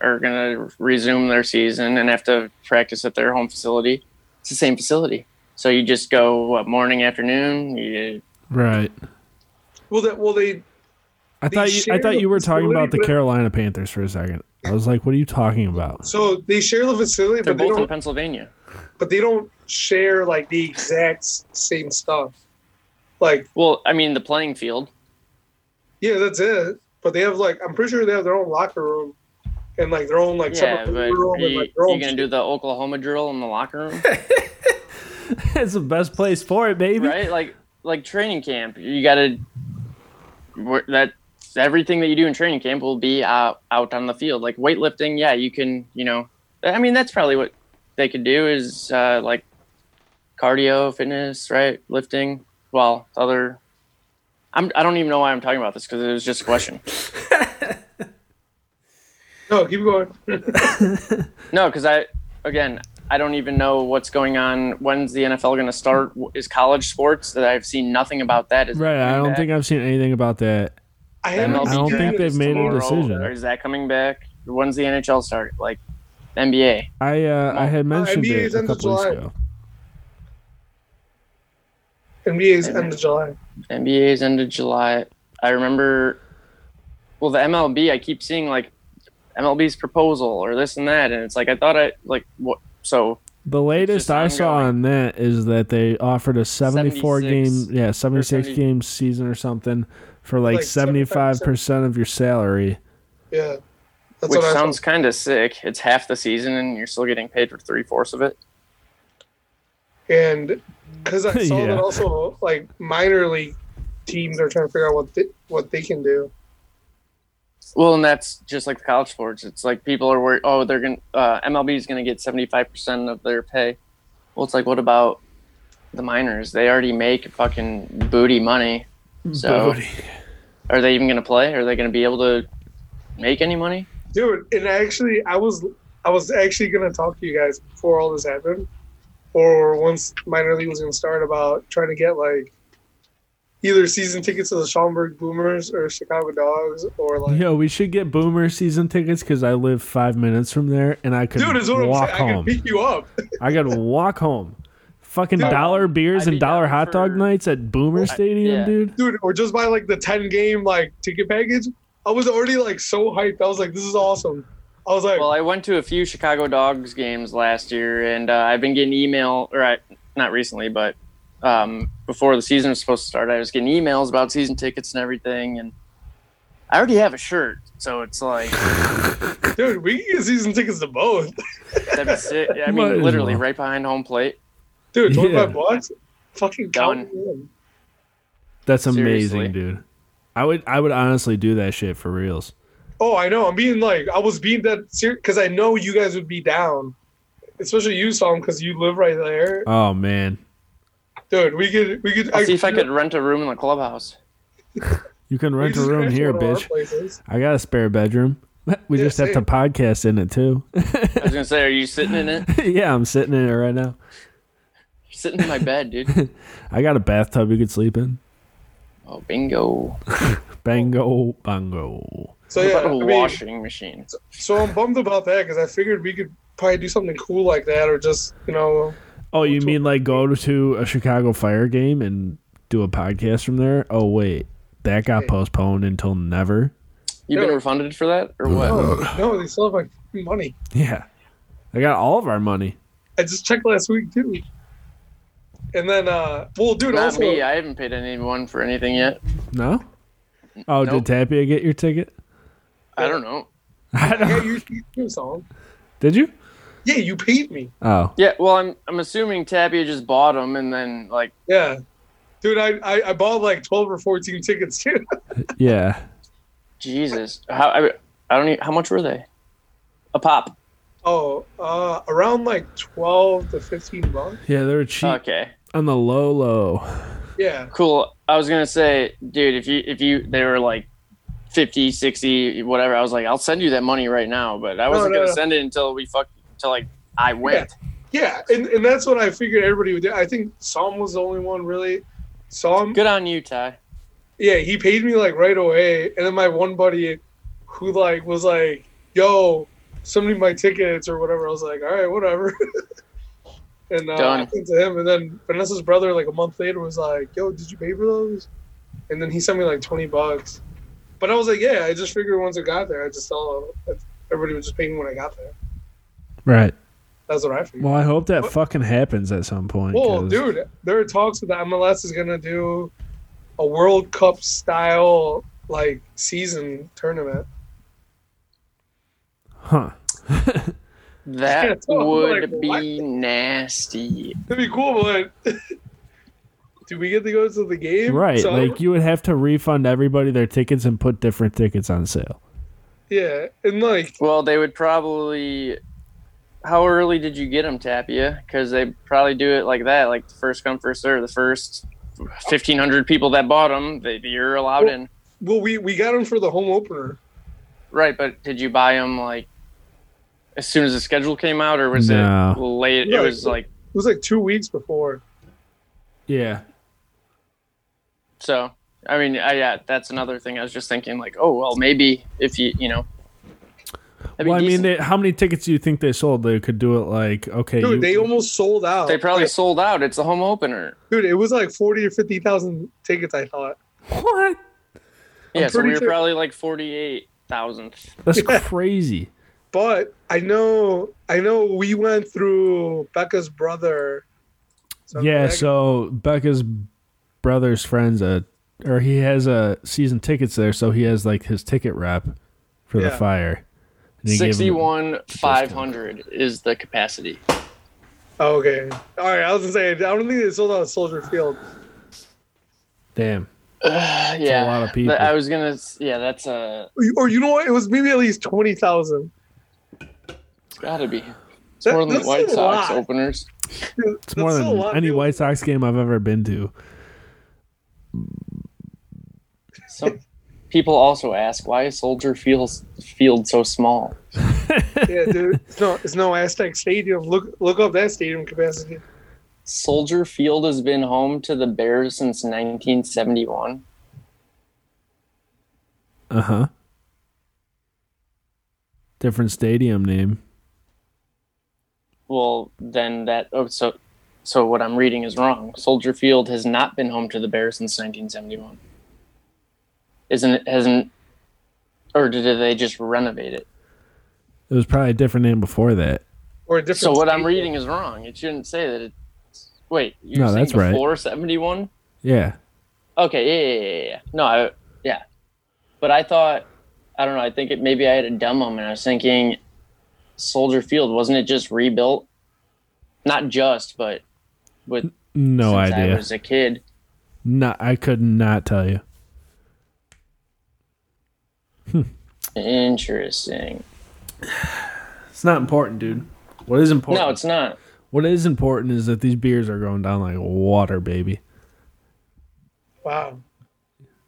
C: are going to resume their season and have to practice at their home facility, it's the same facility. So you just go what morning, afternoon. You,
B: Right.
A: Well, that well they
B: I
A: They
B: thought you, I
A: share
B: thought
A: the
B: you were talking
A: facility,
B: about the
A: but-
B: Carolina Panthers for a second. I was like, what are you talking about?
A: So they share the facility,
C: they're
A: but they
C: both in
A: don't.
C: Pennsylvania.
A: But they don't share like the exact s- same stuff. Like,
C: Well, I mean, the playing field.
A: yeah, that's it. But they have like, I'm pretty sure they have their own locker room and like their own like
C: Yeah,
A: separate
C: but are
A: room and
C: you,
A: like their
C: you
A: own.
C: gonna do the Oklahoma drill in the locker room?
B: It's the best place for it, baby.
C: right? Like like training camp, you gotta wor- that everything that you do in training camp will be out out on the field. Like weightlifting, yeah, you can you know, I mean that's probably what they could do is uh, like cardio, fitness, right? Lifting. Well, other. I'm, I don't even know why I'm talking about this because it was just a question.
A: no, keep going.
C: No, because I again I don't even know what's going on. When's the NFL going to start? W- Is college sports that I've seen nothing about that? Is it
B: Right. I
C: coming
B: don't
C: back?
B: think I've seen anything about that.
A: I
C: MLB
A: haven't.
B: I don't
A: seen
B: think
A: it.
B: they've made a
C: tomorrow,
B: decision.
C: Or is that coming back? When's the NHL start? Like NBA.
B: I uh, I had mentioned
A: NBA
B: it
A: is
B: a
A: end of
B: couple weeks
A: July.
B: ago.
A: NBA's end of July.
C: NBA's end of July. I remember. Well, the MLB. I keep seeing like MLB's proposal or this and that, and it's like I thought I like what. So
B: The latest
C: just
B: I saw
C: ongoing.
B: on that is that they offered a 74
C: 76
B: game, yeah, 76
C: 70
B: game season or something for like,
A: Like
B: 75% of your salary.
A: Yeah, that's what
C: which
A: I
C: sounds
A: sounds.
C: kind of sick. It's half the season, and you're still getting paid for three fourths of it.
A: And because I saw
B: Yeah.
A: that also like minor league teams are trying to figure out what they, what they can do.
C: Well, and that's just like the college sports. It's like people are worried. Oh, they're gonna uh, MLB is gonna get seventy five percent of their pay. Well, it's like what about the minors? They already make fucking booty money. So
B: Booty.
C: are they even gonna play? Are they gonna be able to make any money?
A: dude and actually i was i was actually gonna talk to you guys before all this happened or once minor league was gonna start about trying to get like either season tickets to the Schaumburg Boomers or Chicago Dogs or like.
B: Yo, we should get Boomer season tickets because I live five minutes from there, and I could
A: Dude, is what
B: walk
A: I'm saying. I
B: home.
A: can pick you up.
B: I could walk home. Fucking
A: Dude,
B: dollar beers
C: I'd
B: and
C: be
B: dollar
C: down
B: hot dog
C: for-
B: nights at Boomer Stadium,
C: yeah.
B: dude.
A: Dude, or just buy like the 10 game like ticket package. I was already like so hyped. I was like, this is awesome. I was like,
C: Well, I went to a few Chicago Dogs games last year, and uh, I've been getting email, or I, not recently, but um, before the season was supposed to start, I was getting emails about season tickets and everything, and I already have a shirt, so it's like
A: dude, we can get season tickets to both.
C: that'd be sick. I
B: Might as
C: mean, literally
B: well.
C: right behind home plate.
A: Dude, 25
B: Yeah.
A: bucks? Fucking
C: Done.
A: count me in.
B: That's amazing,
C: Seriously.
B: dude. I would I would honestly do that shit for reals.
A: Oh, I know. I'm being like, I was being that serious because I know you guys would be down, especially you, Sam, because you live right there,
B: Oh man.
A: dude. We could, we could.
C: Uh, I'll see if I could rent a room in the clubhouse.
B: You can
A: we
B: rent a
A: just
B: room
A: rent
B: here,
A: one of our
B: bitch.
A: places.
B: I got a spare bedroom. We
A: Yeah,
B: just have to
A: same.
B: podcast in it too.
C: I was gonna say, are you sitting in it?
B: yeah, I'm sitting in it right now.
C: sitting in my bed, dude.
B: I got a bathtub you could sleep in.
C: Oh, bingo!
B: Bango Oh, bongo.
A: So
C: What
A: yeah,
C: about a
A: I mean,
C: washing machine.
A: so I'm bummed about that because I figured we could probably do something cool like that, or just you know,
B: Oh, you
A: to-
B: mean like go to a Chicago Fire game and do a podcast from there? Oh wait, that got
A: Hey.
B: postponed until never.
C: You been
A: Dude.
C: refunded for that or what?
A: no, no, they still have my money.
B: Yeah, I got all of our money.
A: I just checked last week too. And then, uh, well, dude,
C: Not
A: also,
C: me. I haven't paid anyone for anything yet.
B: No. Oh, did
C: Nope.
B: Tapia get your ticket?
C: I don't know.
B: I
A: I got
B: don't-
A: your theme song.
B: did you?
A: Yeah, you paid me.
B: Oh,
C: Yeah, well, I'm I'm assuming Tapia just bought them and then like
A: Yeah, dude, I, I I bought like twelve or fourteen tickets too.
B: yeah.
C: Jesus, how I, I don't even, how much were they? A pop.
A: Oh, uh, around like twelve to fifteen bucks.
B: Yeah, they were cheap
C: Okay,
B: on the low low.
A: Yeah,
C: cool. I was gonna say, dude, if you if you they were like 50, 60, whatever. I was like, I'll send you that money right now, but I wasn't
A: no,
C: gonna
A: no.
C: send it until we fuck until like I went.
A: yeah, and, and that's what I figured everybody would do. I think Psalm was the only one really. Psalm,
C: Good on you, Ty.
A: yeah, he paid me like right away, and then my one buddy, who like was like, "Yo, somebody my tickets or whatever." I was like, "All right, whatever." and uh, I
C: Done.
A: went to him, and then Vanessa's brother, like a month later, was like, "Yo, did you pay for those?" And then he sent me like twenty bucks, but I was like, "Yeah, I just figured once I got there, I just saw that everybody was just paying when I got there."
B: Right.
A: That's what I figured.
B: Well, I hope that fucking happens at some point.
A: Well,
B: 'cause-
A: dude, there are talks that the MLS is gonna do a World Cup style like season tournament.
B: Huh.
A: Yeah,
C: That
A: so I'm
C: would
A: like,
C: be
A: what?
C: nasty.
A: That'd be cool, but do we get to go to the game?
B: Right.
A: So,
B: like you would have to refund everybody their tickets and put different tickets on sale.
A: yeah, and like
C: Well, they would probably. How early did you get them, Tapia? Because they probably do it like that, like the first come, first serve. The first fifteen hundred people that bought them, they, you're allowed
A: Well-
C: in.
A: well, we we got them for the home opener.
C: Right, but did you buy them like as soon as the schedule came out, or was
B: No.
C: it late?
A: No,
C: It was like
A: It was like two weeks before.
B: Yeah.
C: so. I mean, I, yeah, that's another thing. I was just thinking, like, oh well, maybe if you, you know. that'd be
B: well, I mean,
C: decent.
B: they, how many tickets do you think they sold? They could do it like okay.
A: Dude,
B: you-
A: they almost sold out.
C: they probably
A: Like,
C: sold out. It's the home opener.
A: dude, it was like forty or fifty thousand tickets. I thought.
B: what?
C: Yeah,
A: pretty
C: so we were
A: sure-
C: probably like forty-eight thousandth.
B: That's
A: Yeah.
B: crazy.
A: But I know, I know, we went through Becca's brother.
B: yeah.
A: Becca-
B: So Becca's brother's friends, a or he has a season tickets there, so he has like his ticket wrap for the
A: Yeah.
B: fire. And he gave him-
C: Sixty-one five hundred is the capacity.
A: Oh, okay. All right. I was gonna say I don't think they sold out at Soldier Field.
B: Damn.
C: yeah,
B: lot of people.
C: I was gonna. s- Yeah, that's uh,
A: Or you know what? It was maybe at least twenty thousand.
C: it's gotta be. It's
A: That-
C: more than the
A: that's
C: White
A: a
C: Sox
A: lot.
C: openers.
B: It's more than any White Sox game I've ever been to.
C: Some people also ask why is Soldier Field field so small?
A: Yeah, dude. It's no, it's no Aztec Stadium. Look, look up that stadium capacity.
C: Soldier Field has been home to the Bears since 1971.
B: Uh huh. Different stadium name.
C: Well, then that oh so so what I'm reading is wrong. Soldier Field has not been home to the Bears since 1971. Isn't it hasn't or did they just renovate it?
B: It was probably a different name before that.
A: Or a different
C: So what I'm
A: stadium.
C: reading is wrong. It shouldn't say that it Wait, you're
B: No,
C: saying
B: that's right.
C: before 71?
B: Yeah.
C: Okay, yeah, yeah, yeah, yeah, yeah. No, I, yeah. But I thought, I don't know. I think it maybe I had a dumb moment. I was thinking, Soldier Field wasn't it just rebuilt? Not just, but with
B: No
C: since
B: idea.
C: I was a kid.
B: No, I could not tell you.
C: Interesting.
B: It's not important, dude. What is important?
C: No, it's not.
B: what is important is that these beers are going down like water, baby.
A: Wow.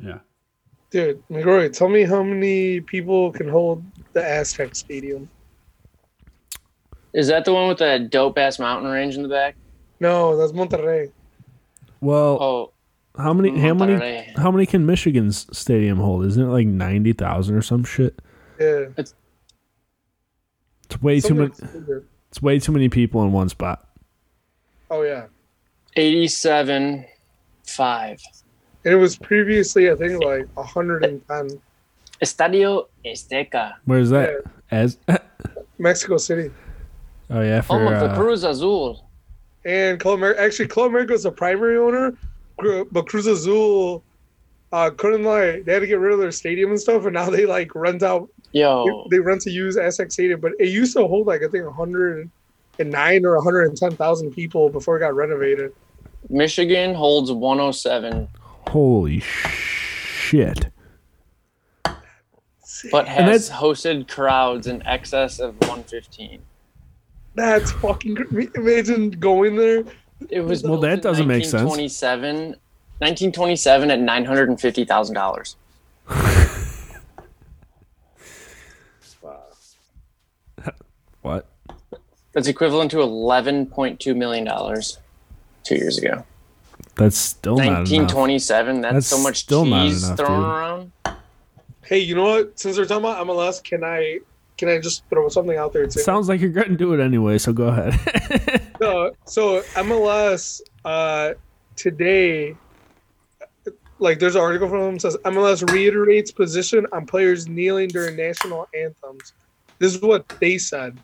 B: Yeah.
A: Dude, McGrory, tell me how many people can hold the Aztec Stadium.
C: Is that the one with that dope ass mountain range in the back?
A: No, that's Monterrey.
B: Well,
C: Oh, eh?
B: how many? How many?
C: Monterrey.
B: How many can Michigan's stadium hold? Isn't it like ninety thousand or some shit?
A: Yeah.
B: It's way too many.
A: Something stupid.
B: It's way too many people in one spot.
A: Oh yeah.
C: Eighty-seven, five.
A: It was previously I think like hundred and ten.
C: Estadio Azteca.
B: Where is that? As
A: Mexico City.
B: oh yeah,
C: Home
B: for
C: of the
B: uh,
C: Cruz Azul.
A: And Club America, actually, Club America was the primary owner, Gr- but Cruz Azul uh, couldn't like they had to get rid of their stadium and stuff, and now they like rent out
C: Yo,
A: they rent to use Aztec Stadium, but it used to hold like I think 109 or 110,000 people before it got renovated.
C: Michigan holds 107
B: holy shit.
C: but
B: And
C: has hosted crowds in excess of 115.
A: That's fucking cr- imagine going there.
C: It was
B: Well,
C: built
B: that
C: in
B: doesn't make sense.
C: 1927, 1927 at 950 thousand dollars.
B: What?
C: That's equivalent to 11.2 million dollars two years ago.
B: That's still not enough.
C: 1927. That's,
B: That's
C: so much
B: still not
C: cheese
B: enough,
C: thrown
B: dude.
C: around.
A: Hey, you know what? Since we're talking about MLS, can I can I just throw something out there too?
B: Sounds like you're gonna do it anyway, so go ahead.
A: No, so MLS uh, today, like there's an article from them says MLS reiterates position on players kneeling during national anthems. This is what they said.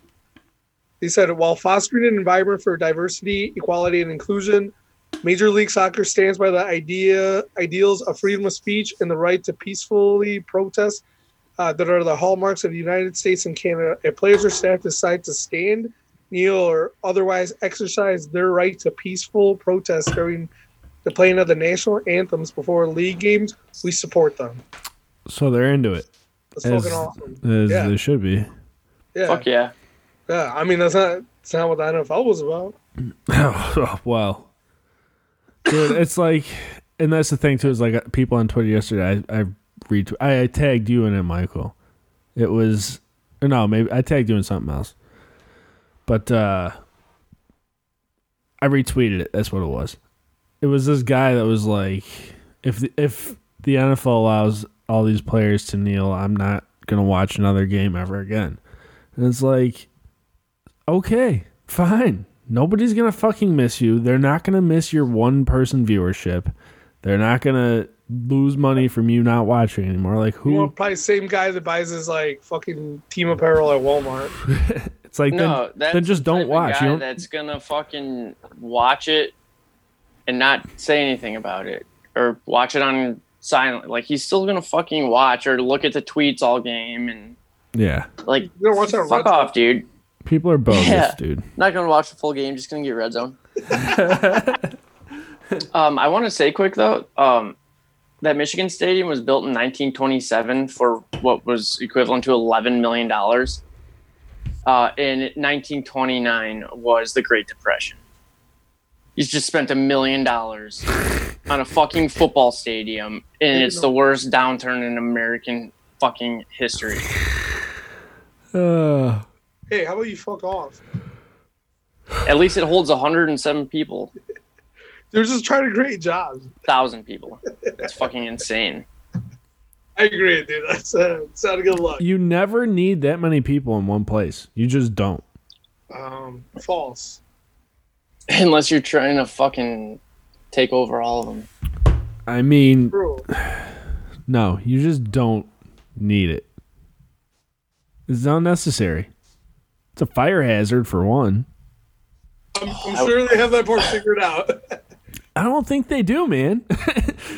A: They said while fostering an environment for diversity, equality, and inclusion, Major League Soccer stands by the idea ideals of freedom of speech and the right to peacefully protest uh, that are the hallmarks of the United States and Canada. If players or staff decide to stand kneel or otherwise exercise their right to peaceful protest during the playing of the national anthems before league games, we support them.
B: so they're into it,
A: That's
B: as,
A: fucking awesome.
B: as
A: Yeah.
B: they should be.
A: Yeah.
C: Fuck yeah.
A: yeah. I mean, that's not, that's not what the NFL was about.
B: Oh, wow. Dude, it's like, and that's the thing too. Is like uh, people on Twitter yesterday. I, I retweet. I, I tagged you in it, Michael. It was or no, maybe I tagged you in something else. But uh I retweeted it. That's what it was. It was this guy that was like, if the, if the NFL allows all these players to kneel, I'm not gonna watch another game ever again. And it's like, okay, fine. Nobody's gonna fucking miss you. They're not gonna miss your one person viewership. They're not gonna lose money from you not watching anymore. Like
A: You know,
B: who?
A: probably same guy that buys his like fucking team apparel at Walmart.
B: It's like
C: No,
B: then,
C: that's
B: then just
C: the type
B: don't
C: of
B: watch.
C: guy
B: You don't.
C: That's gonna fucking watch it and not say anything about it, or watch it on silent. Like he's still gonna fucking watch or look at the tweets all game and
B: yeah,
C: like
A: You don't watch that
C: fuck
A: Red
C: off, dude.
B: people are bogus,
C: Yeah.
B: dude.
C: Not gonna watch the full game. Just gonna get red zone. um, I want to say quick though, um, that Michigan Stadium was built in 1927 for what was equivalent to 11 million dollars. Uh, in 1929 was the Great Depression. He's just spent a million dollars on a fucking football stadium, and it's the worst downturn in American fucking history.
B: Uh,
A: Hey, how about you fuck off?
C: At least it holds 107 people,
A: They're just trying to create jobs.
C: thousand people. That's fucking insane.
A: I agree, dude. That's uh, it's not a good look.
B: You never need that many people in one place. You just don't.
A: Um, false.
C: Unless you're trying to fucking take over all of them.
B: I mean,
A: True.
B: no, you just don't need it. It's unnecessary. It's a fire hazard for one.
A: I'm, I'm sure they have that part figured out.
B: I don't think they do, man.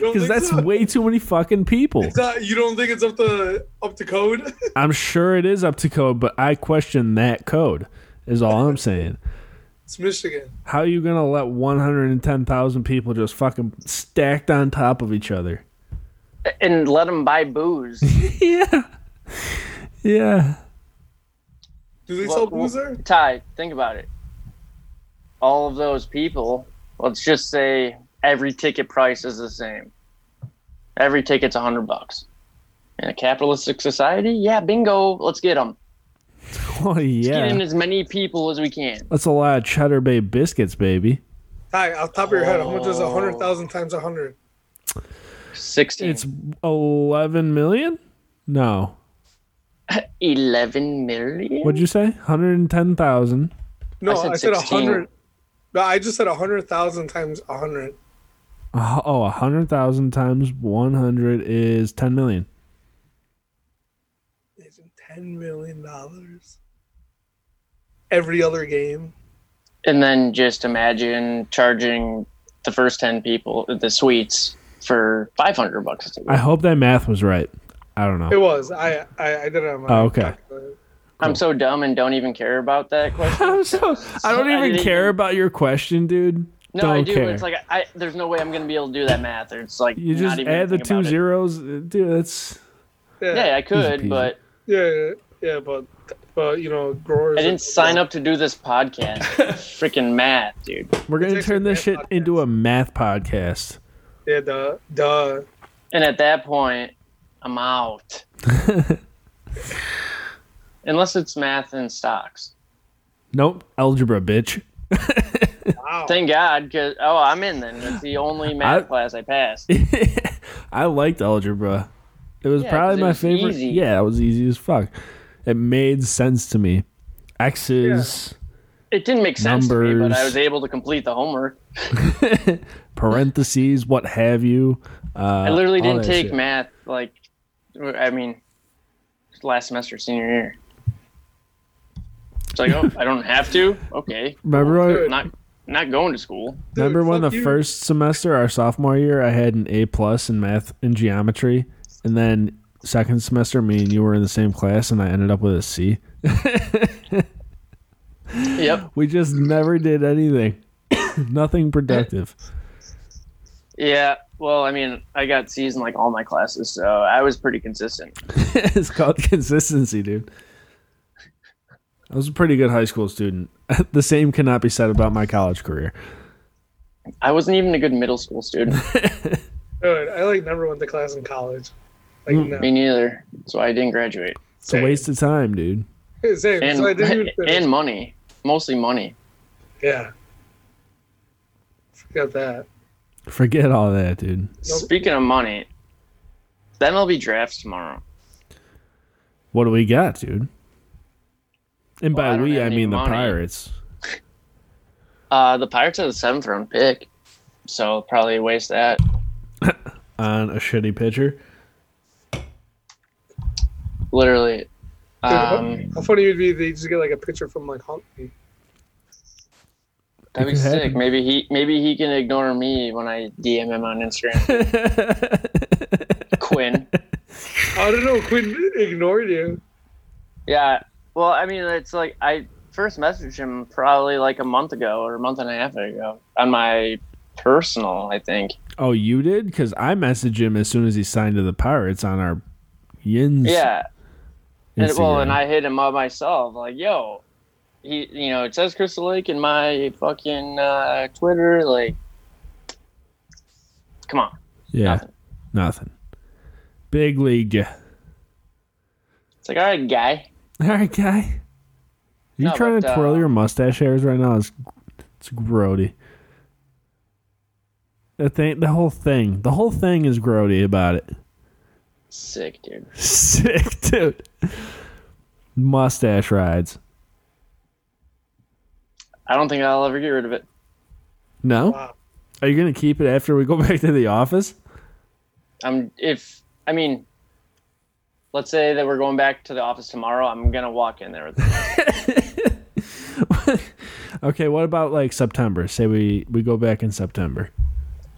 B: Because that's
A: so?
B: way too many fucking people.
A: It's not- you don't think it's up to up to code?
B: I'm sure it is up to code, but I question that code, is all I'm saying.
A: it's Michigan.
B: How are you going to let 110,000 people just fucking stacked on top of each other?
C: And let them buy booze.
B: Yeah. Yeah.
A: Do they
C: Well,
A: sell
C: well-
A: booze there?
C: Ty, think about it. All of those people, let's just say every ticket price is the same. Every ticket's a hundred bucks. In a capitalistic society, yeah, bingo. Let's get them.
B: Well,
C: Get
B: yeah.
C: in as many people as we can.
B: That's a lot of Cheddar Bay biscuits, baby.
A: Hi, off the top of your head, how much is a
C: Oh.
A: hundred thousand times a hundred?
C: Sixteen.
B: It's 11 million? No.
C: eleven million.
B: What'd you say? 110,000.
A: No,
C: said
A: I said a
C: 16.
A: hundred. No, I just said a hundred thousand times a hundred.
B: Uh, Oh, 100,000 times 100 is 10 million.
A: It's Ten million dollars. Every other game.
C: and then just imagine charging the first ten people the suites for five hundred bucks.
B: I hope that math was right. I don't
A: It
B: know.
A: was. I I, I did it on my.
B: Oh, okay.
A: calculator.
C: I'm so dumb and don't even care about that question.
B: I'm so, I don't
C: I
B: even
C: didn't-
B: care about your question, dude.
C: No,
B: don't
C: I do.
B: Care.
C: It's like I, there's no way I'm gonna be able to do that math. Or it's like
B: you
C: not
B: just
C: even
B: add the
C: think about
B: two
C: it.
B: zeros, uh, dude. That's
C: Yeah, I
B: Easy
C: could,
B: peasy.
C: but
A: Yeah, yeah, yeah, but but you know, growers.
C: I didn't sign up to do this podcast. Freaking math, dude.
B: we're gonna
A: It's actually
B: turn this
A: a
B: shit
A: math
B: into a math podcast.
A: Yeah, duh, duh.
C: And at that point, I'm out. Unless it's math and stocks.
B: Nope, algebra, bitch.
A: Wow.
C: Thank God, because oh, I'm in then. It's the only math
B: I-
C: class I passed.
B: I liked algebra. It was
C: Yeah, 'cause
B: probably
C: it
B: my
C: was
B: favorite.
C: easy.
B: Yeah, it was easy as fuck. It made sense to me. X's,
C: It didn't make sense to me, but I
B: Numbers.
C: was able to complete the homework.
B: parentheses, what have you. Uh,
C: I literally
B: all
C: didn't
B: that
C: take
B: shit.
C: math. Like, I mean, last semester, senior year. It's like, oh, I don't have to. Okay,
B: Remember, when-
A: Dude,
C: not not going to school.
A: Dude,
B: remember when the
A: fuck you.
B: first semester, our sophomore year, I had an A plus in math and geometry, and then second semester, me and you were in the same class, and I ended up with a C.
C: Yep.
B: We just never did anything. Nothing productive.
C: Yeah. Well, I mean, I got C's in like all my classes, so I was pretty consistent.
B: it's called consistency, dude. I was a pretty good high school student. the same cannot be said about my college career.
C: I wasn't even a good middle school student.
A: Dude, I like never went to class in college. Like no.
C: Me neither. So I didn't graduate.
B: Hmm. It's a waste of time, dude.
A: Same. Same.
C: And
A: so I didn't even finish.
C: and money, mostly money.
A: yeah. Forget that.
B: Forget all that, dude.
C: Speaking of money, the MLB draft's tomorrow.
B: What do we got, dude? And
C: Well, I
B: by
C: don't
B: we,
C: have
B: I
C: any
B: mean the
C: money.
B: Pirates.
C: Uh, the Pirates have the seventh round pick, so probably waste that.
B: on a shitty pitcher.
C: Literally.
A: Dude,
C: Um,
A: how funny it would be if they just get like a picture from like Huntley.
B: could
C: that'd be sick.
B: happen.
C: Maybe he maybe he can ignore me when I DM him on Instagram. Quinn.
A: I don't know. Quinn ignored you.
C: Yeah. Well, I mean, it's like I first messaged him probably like a month ago or a month and a half ago on my personal, I think.
B: oh, you did? Because I messaged him as soon as he signed to the Pirates on our Yins.
C: Yeah. And, well, and
B: Instagram.
C: I hit him up myself, like, yo, he, you know, it says Crystal Lake in my fucking uh, Twitter, like, come on.
B: yeah, nothing. Big league. yeah.
C: It's like, all right, guy.
B: All right, guy. you
C: No,
B: trying
C: but,
B: to twirl
C: uh,
B: your mustache hairs right now? It's it's grody. The thing, the whole thing, the whole thing is grody about it.
C: Sick, dude.
B: Sick, dude. Mustache rides.
C: I don't think I'll ever get rid of it.
B: No,
A: Wow.
B: are you gonna keep it after we go back to the office?
C: I'm if I mean, let's say that we're going back to the office tomorrow. I'm gonna walk in there. With it.
B: Okay, what about like September? Say we we go back in September.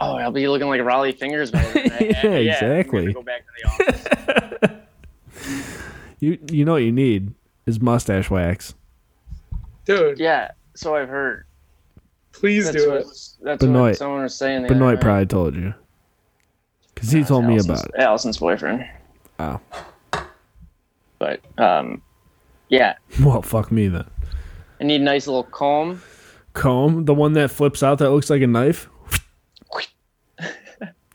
C: oh, I'll be looking like Raleigh fingers. By then. I- I-
B: Yeah,
C: I'm
B: exactly.
C: gonna go back to the office.
B: You you know what you need is mustache wax,
A: dude,
C: yeah, so I've heard.
A: please
C: That's
A: do
C: what,
A: it.
C: that's
B: Benoit.
C: what someone was saying. The
B: but
C: other
B: Noit
C: night.
B: probably told you because he told me
C: Allison's-
B: about it.
C: Allison's boyfriend.
B: Oh.
C: But um, yeah,
B: Well, fuck me then.
C: I need a nice little comb.
B: comb, the one that flips out that looks like a knife.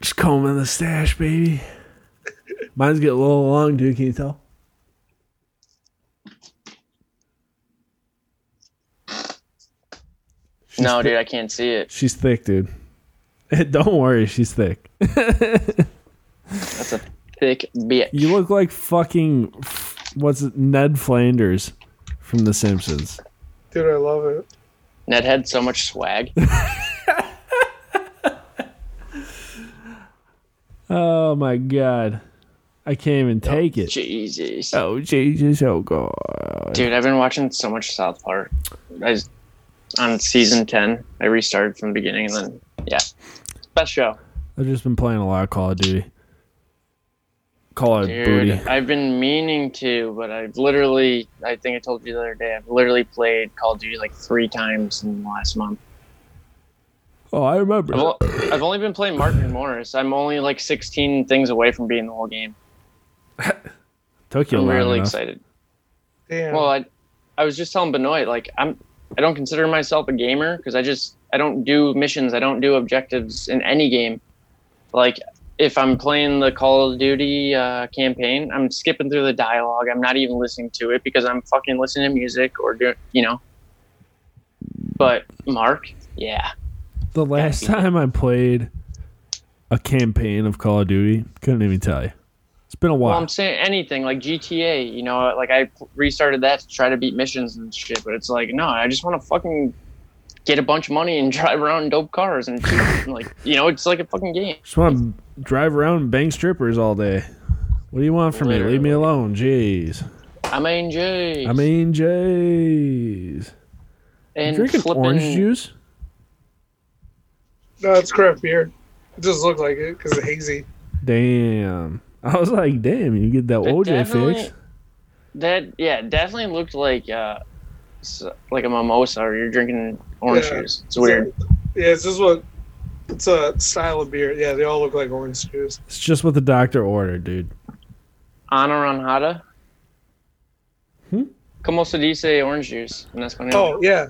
B: Just combing the stash, baby. Mine's get a little long, dude. Can you tell? She's
C: no,
B: thi-
C: dude, I can't see it.
B: She's thick, dude. Don't worry, she's thick.
C: That's a thick bitch.
B: You look like fucking what's it, Ned Flanders from The Simpsons.
A: Dude, I love it.
C: Ned had so much swag.
B: Oh my god, I can't even take it.
C: Jesus,
B: Oh Jesus, oh god.
C: dude, I've been watching so much South Park. I was on season ten. I restarted from the beginning, and then yeah, best show,
B: I've just been playing a lot of Call of Duty. Call of
C: dude.
B: Booty.
C: I've been meaning to, but I've literally, I think I told you the other day, I've literally played Call of Duty like three times in the last month.
B: Oh, I remember.
C: I've, o- I've only been playing Martin Morris. I'm only like 16 things away from being the whole game.
B: Took you
C: I'm
B: long
C: really
B: enough.
C: excited.
A: Damn.
C: Well, I, I was just telling Benoit like I'm, I don't consider myself a gamer because I just I don't do missions. I don't do objectives in any game. Like if I'm playing the Call of Duty uh, campaign, I'm skipping through the dialogue. I'm not even listening to it because I'm fucking listening to music or doing you know. But Mark, yeah,
B: The last time I played a campaign of Call of Duty, couldn't even tell you. It's been a
C: Well,
B: while.
C: I'm saying anything like GTA, you know, like I restarted that to try to beat missions and shit, but it's like, no, I just want to fucking get a bunch of money and drive around in dope cars and shoot, and, like, you know, it's like a fucking game.
B: just want to drive around and bang strippers all day. What do you want from me? Leave me
C: Literally.
B: alone. Jeez.
C: I mean, jeez.
B: I mean, jeez.
C: and
B: Drinking
C: flipping,
B: orange juice?
A: no, it's craft beer. It does look like it because it's hazy.
B: Damn. I was like, damn, you get that
C: That
B: OJ
C: definitely-
B: fix.
C: That yeah, definitely looked like uh, s- like a mimosa or you're drinking orange
A: Yeah.
C: juice. It's weird.
A: Yeah, it's just what. It's a style of beer. Yeah, they all look like orange juice.
B: It's just what the doctor ordered, dude.
C: Anaranjada.
B: Hmm?
C: Como se dice orange juice? And that's when
A: Oh yeah,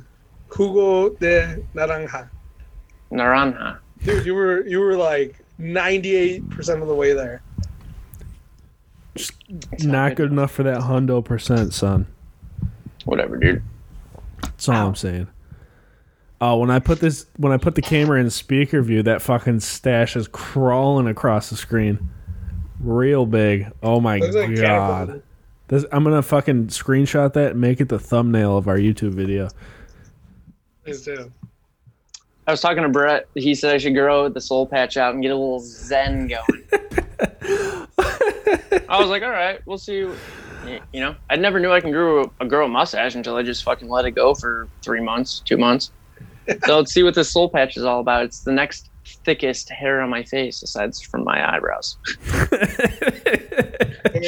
A: jugo de naranja.
C: naranja.
A: Dude, you were you were like ninety eight percent of the way there.
B: Not good enough for that hundo percent, son.
C: Whatever, dude.
B: That's all I'm saying. Oh, when I put this, when I put the camera in speaker view, that fucking stash is crawling across the screen, real big. Oh my
A: Looks like
B: god!
A: cannibalism.
B: This, I'm gonna fucking screenshot that and make it the thumbnail of our YouTube video.
A: Please do.
C: I was talking to Brett. He said I should grow the soul patch out and get a little zen going. I was like, all right, we'll see. Y- You know, I never knew I can grow a grow a mustache until I just fucking let it go for three months, two months. So let's see what this soul patch is all about. It's the next thickest hair on my face, besides from my eyebrows. should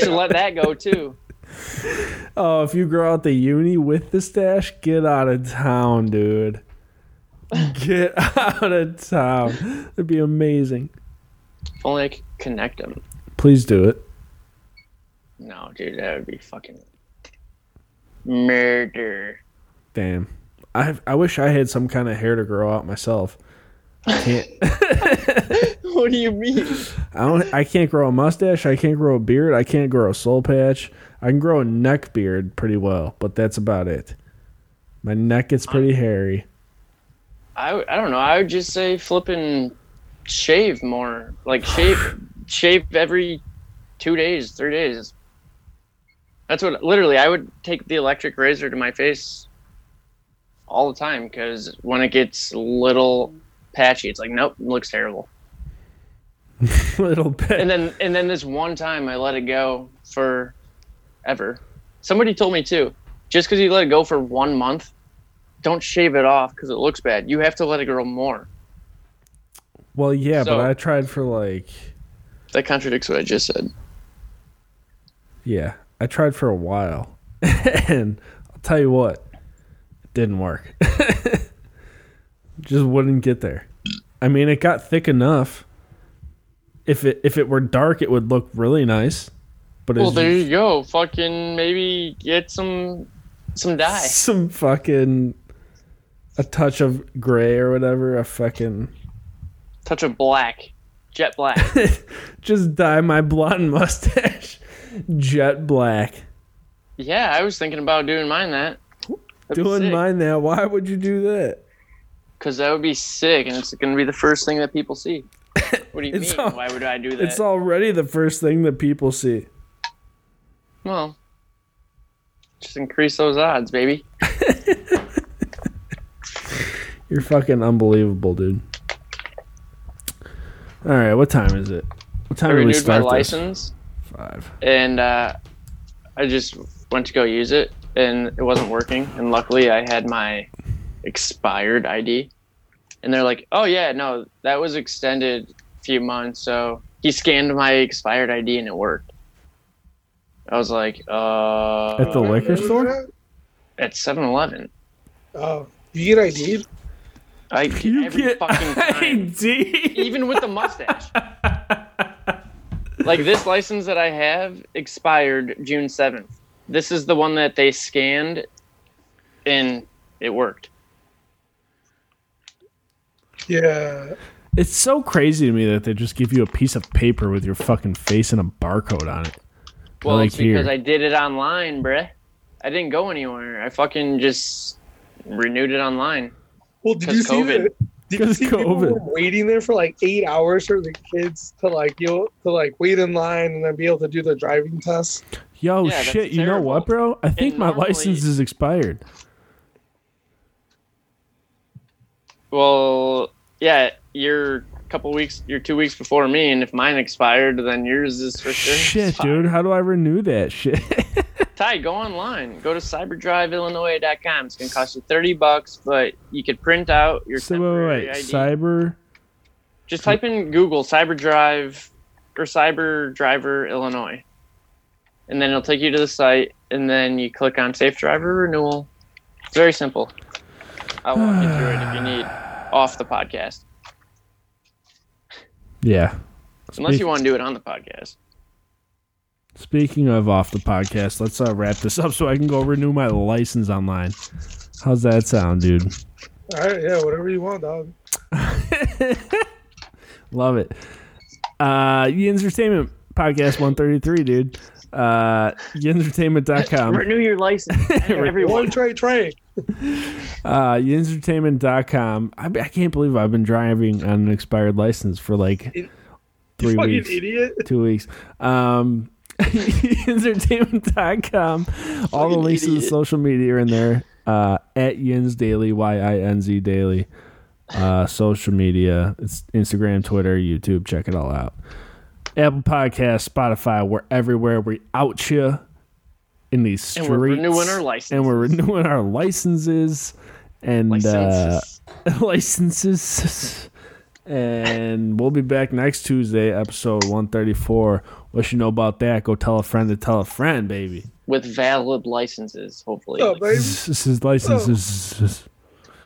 C: let that go too.
B: Oh, if you grow out the uni with the stash, get out of town, dude. Get out of town. That'd be amazing.
C: If only I could connect them.
B: Please do it.
C: No, dude, that would be fucking murder.
B: Damn. I I wish I had some kind of hair to grow out myself. I can't.
C: what do you mean?
B: I don't. I can't grow a mustache. I can't grow a beard. I can't grow a soul patch. I can grow a neck beard pretty well, but that's about it. My neck gets pretty hairy.
C: I, would- I don't know. I would just say flipping shave more. Like shave shave every two days, three days. That's what literally I would take the electric razor to my face all the time because when it gets little patchy, it's like nope, looks terrible.
B: Little bit.
C: And then and then this one time I let it go for ever. Somebody told me too, just because you let it go for one month, don't shave it off because it looks bad. You have to let it grow more.
B: well, yeah,
C: so-
B: but I tried for like
C: That contradicts what I just said.
B: yeah, I tried for a while, and I'll tell you what, it didn't work. Just wouldn't get there. I mean, it got thick enough. If it if it were dark, it would look really nice. But
C: Well,
B: it's
C: there you go. Fucking maybe get some some dye.
B: some fucking a touch of gray or whatever. A fucking
C: Touch of black, jet black.
B: just dye my blonde mustache jet black.
C: yeah, I was thinking about doing mine that.
B: Doing mine now. Why would you do that?
C: because that would be sick, and it's gonna be the first thing that people see. What do you
B: It's
C: mean?
B: all-
C: Why would I do that?
B: It's already the first thing that people see.
C: Well, just increase those odds, baby.
B: You're fucking unbelievable, dude. All right, what time is it? What
C: I
B: time do we
C: renewed my
B: start this?
C: license,
B: Five.
C: and uh, I just went to go use it, and it wasn't working. And luckily, I had my expired ID, and they're like, "Oh yeah, no, that was extended a few months." So he scanned my expired ID, and it worked. I was like, uh,
B: At the liquor
A: Remember
B: store?
A: that?
C: at 7-Eleven.
A: Oh, you get ID'd?
C: I
B: You
C: every
B: get
C: fucking time.
B: ID.
C: even with the mustache. like this license that I have expired June seventh. This is the one that they scanned, and it worked.
A: Yeah.
B: It's so crazy to me that they just give you a piece of paper with your fucking face and a barcode on it.
C: Well,
B: Like
C: it's because
B: here.
C: I did it online, bruh. I didn't go anywhere. I fucking just renewed it online.
A: Well, did
C: 'Cause
A: you see
C: COVID.
A: that? Did you
B: 'Cause
A: see people
B: COVID.
A: were waiting there for like eight hours for the kids to like you to like wait in line and then be able to do the driving test?
B: Yo,
C: Yeah, that's
B: shit, you know what, bro? I think my
C: normally-
B: license is expired.
C: Well, yeah, you're a couple weeks, you're two weeks before me, and if mine expired, then yours is for sure.
B: Shit, dude, how do I renew that shit?
C: Ty, go online. Go to cyberdriveillinois.com. It's gonna cost you thirty bucks, but you could print out your
B: so, wait,
C: temporary
B: wait,
C: ID.
B: cyber.
C: Just type in Google Cyberdrive or Cyber Driver Illinois, and then it'll take you to the site. And then you click on Safe Driver Renewal. It's very simple. I'll walk you through it if you need off the podcast,
B: Yeah.
C: unless
B: Speak-
C: you want to do it on the podcast.
B: Speaking of off the podcast, let's uh, wrap this up so I can go renew my license online. How's that sound, dude?
A: All right, yeah, whatever you want, dog.
B: Love it. Uh, the Entertainment Podcast 133, dude. Uh, entertainment.com.
C: Renew your license, everyone.
A: One tray tray.
B: Uh, entertainment.com. I, I can't believe I've been driving on an expired license for like
A: You
B: three
A: Fucking
B: weeks.
A: idiot.
B: two weeks. Um, entertainment.com. All the
C: Fucking
B: links to the
C: idiot.
B: social media are in there. Uh, at Yins Daily, Y I N Z Daily. Uh, social media. It's Instagram, Twitter, YouTube. Check it all out. Apple Podcasts, Spotify. We're everywhere. We out you in these
C: And
B: streets.
C: we're renewing our license.
B: And we're renewing our licenses. And Uh,
C: licenses.
B: licenses. And we'll be back next Tuesday, episode 134. What you know about that? Go tell a friend to tell a friend, baby.
C: with valid licenses, hopefully.
A: Oh, baby.
B: This is licenses.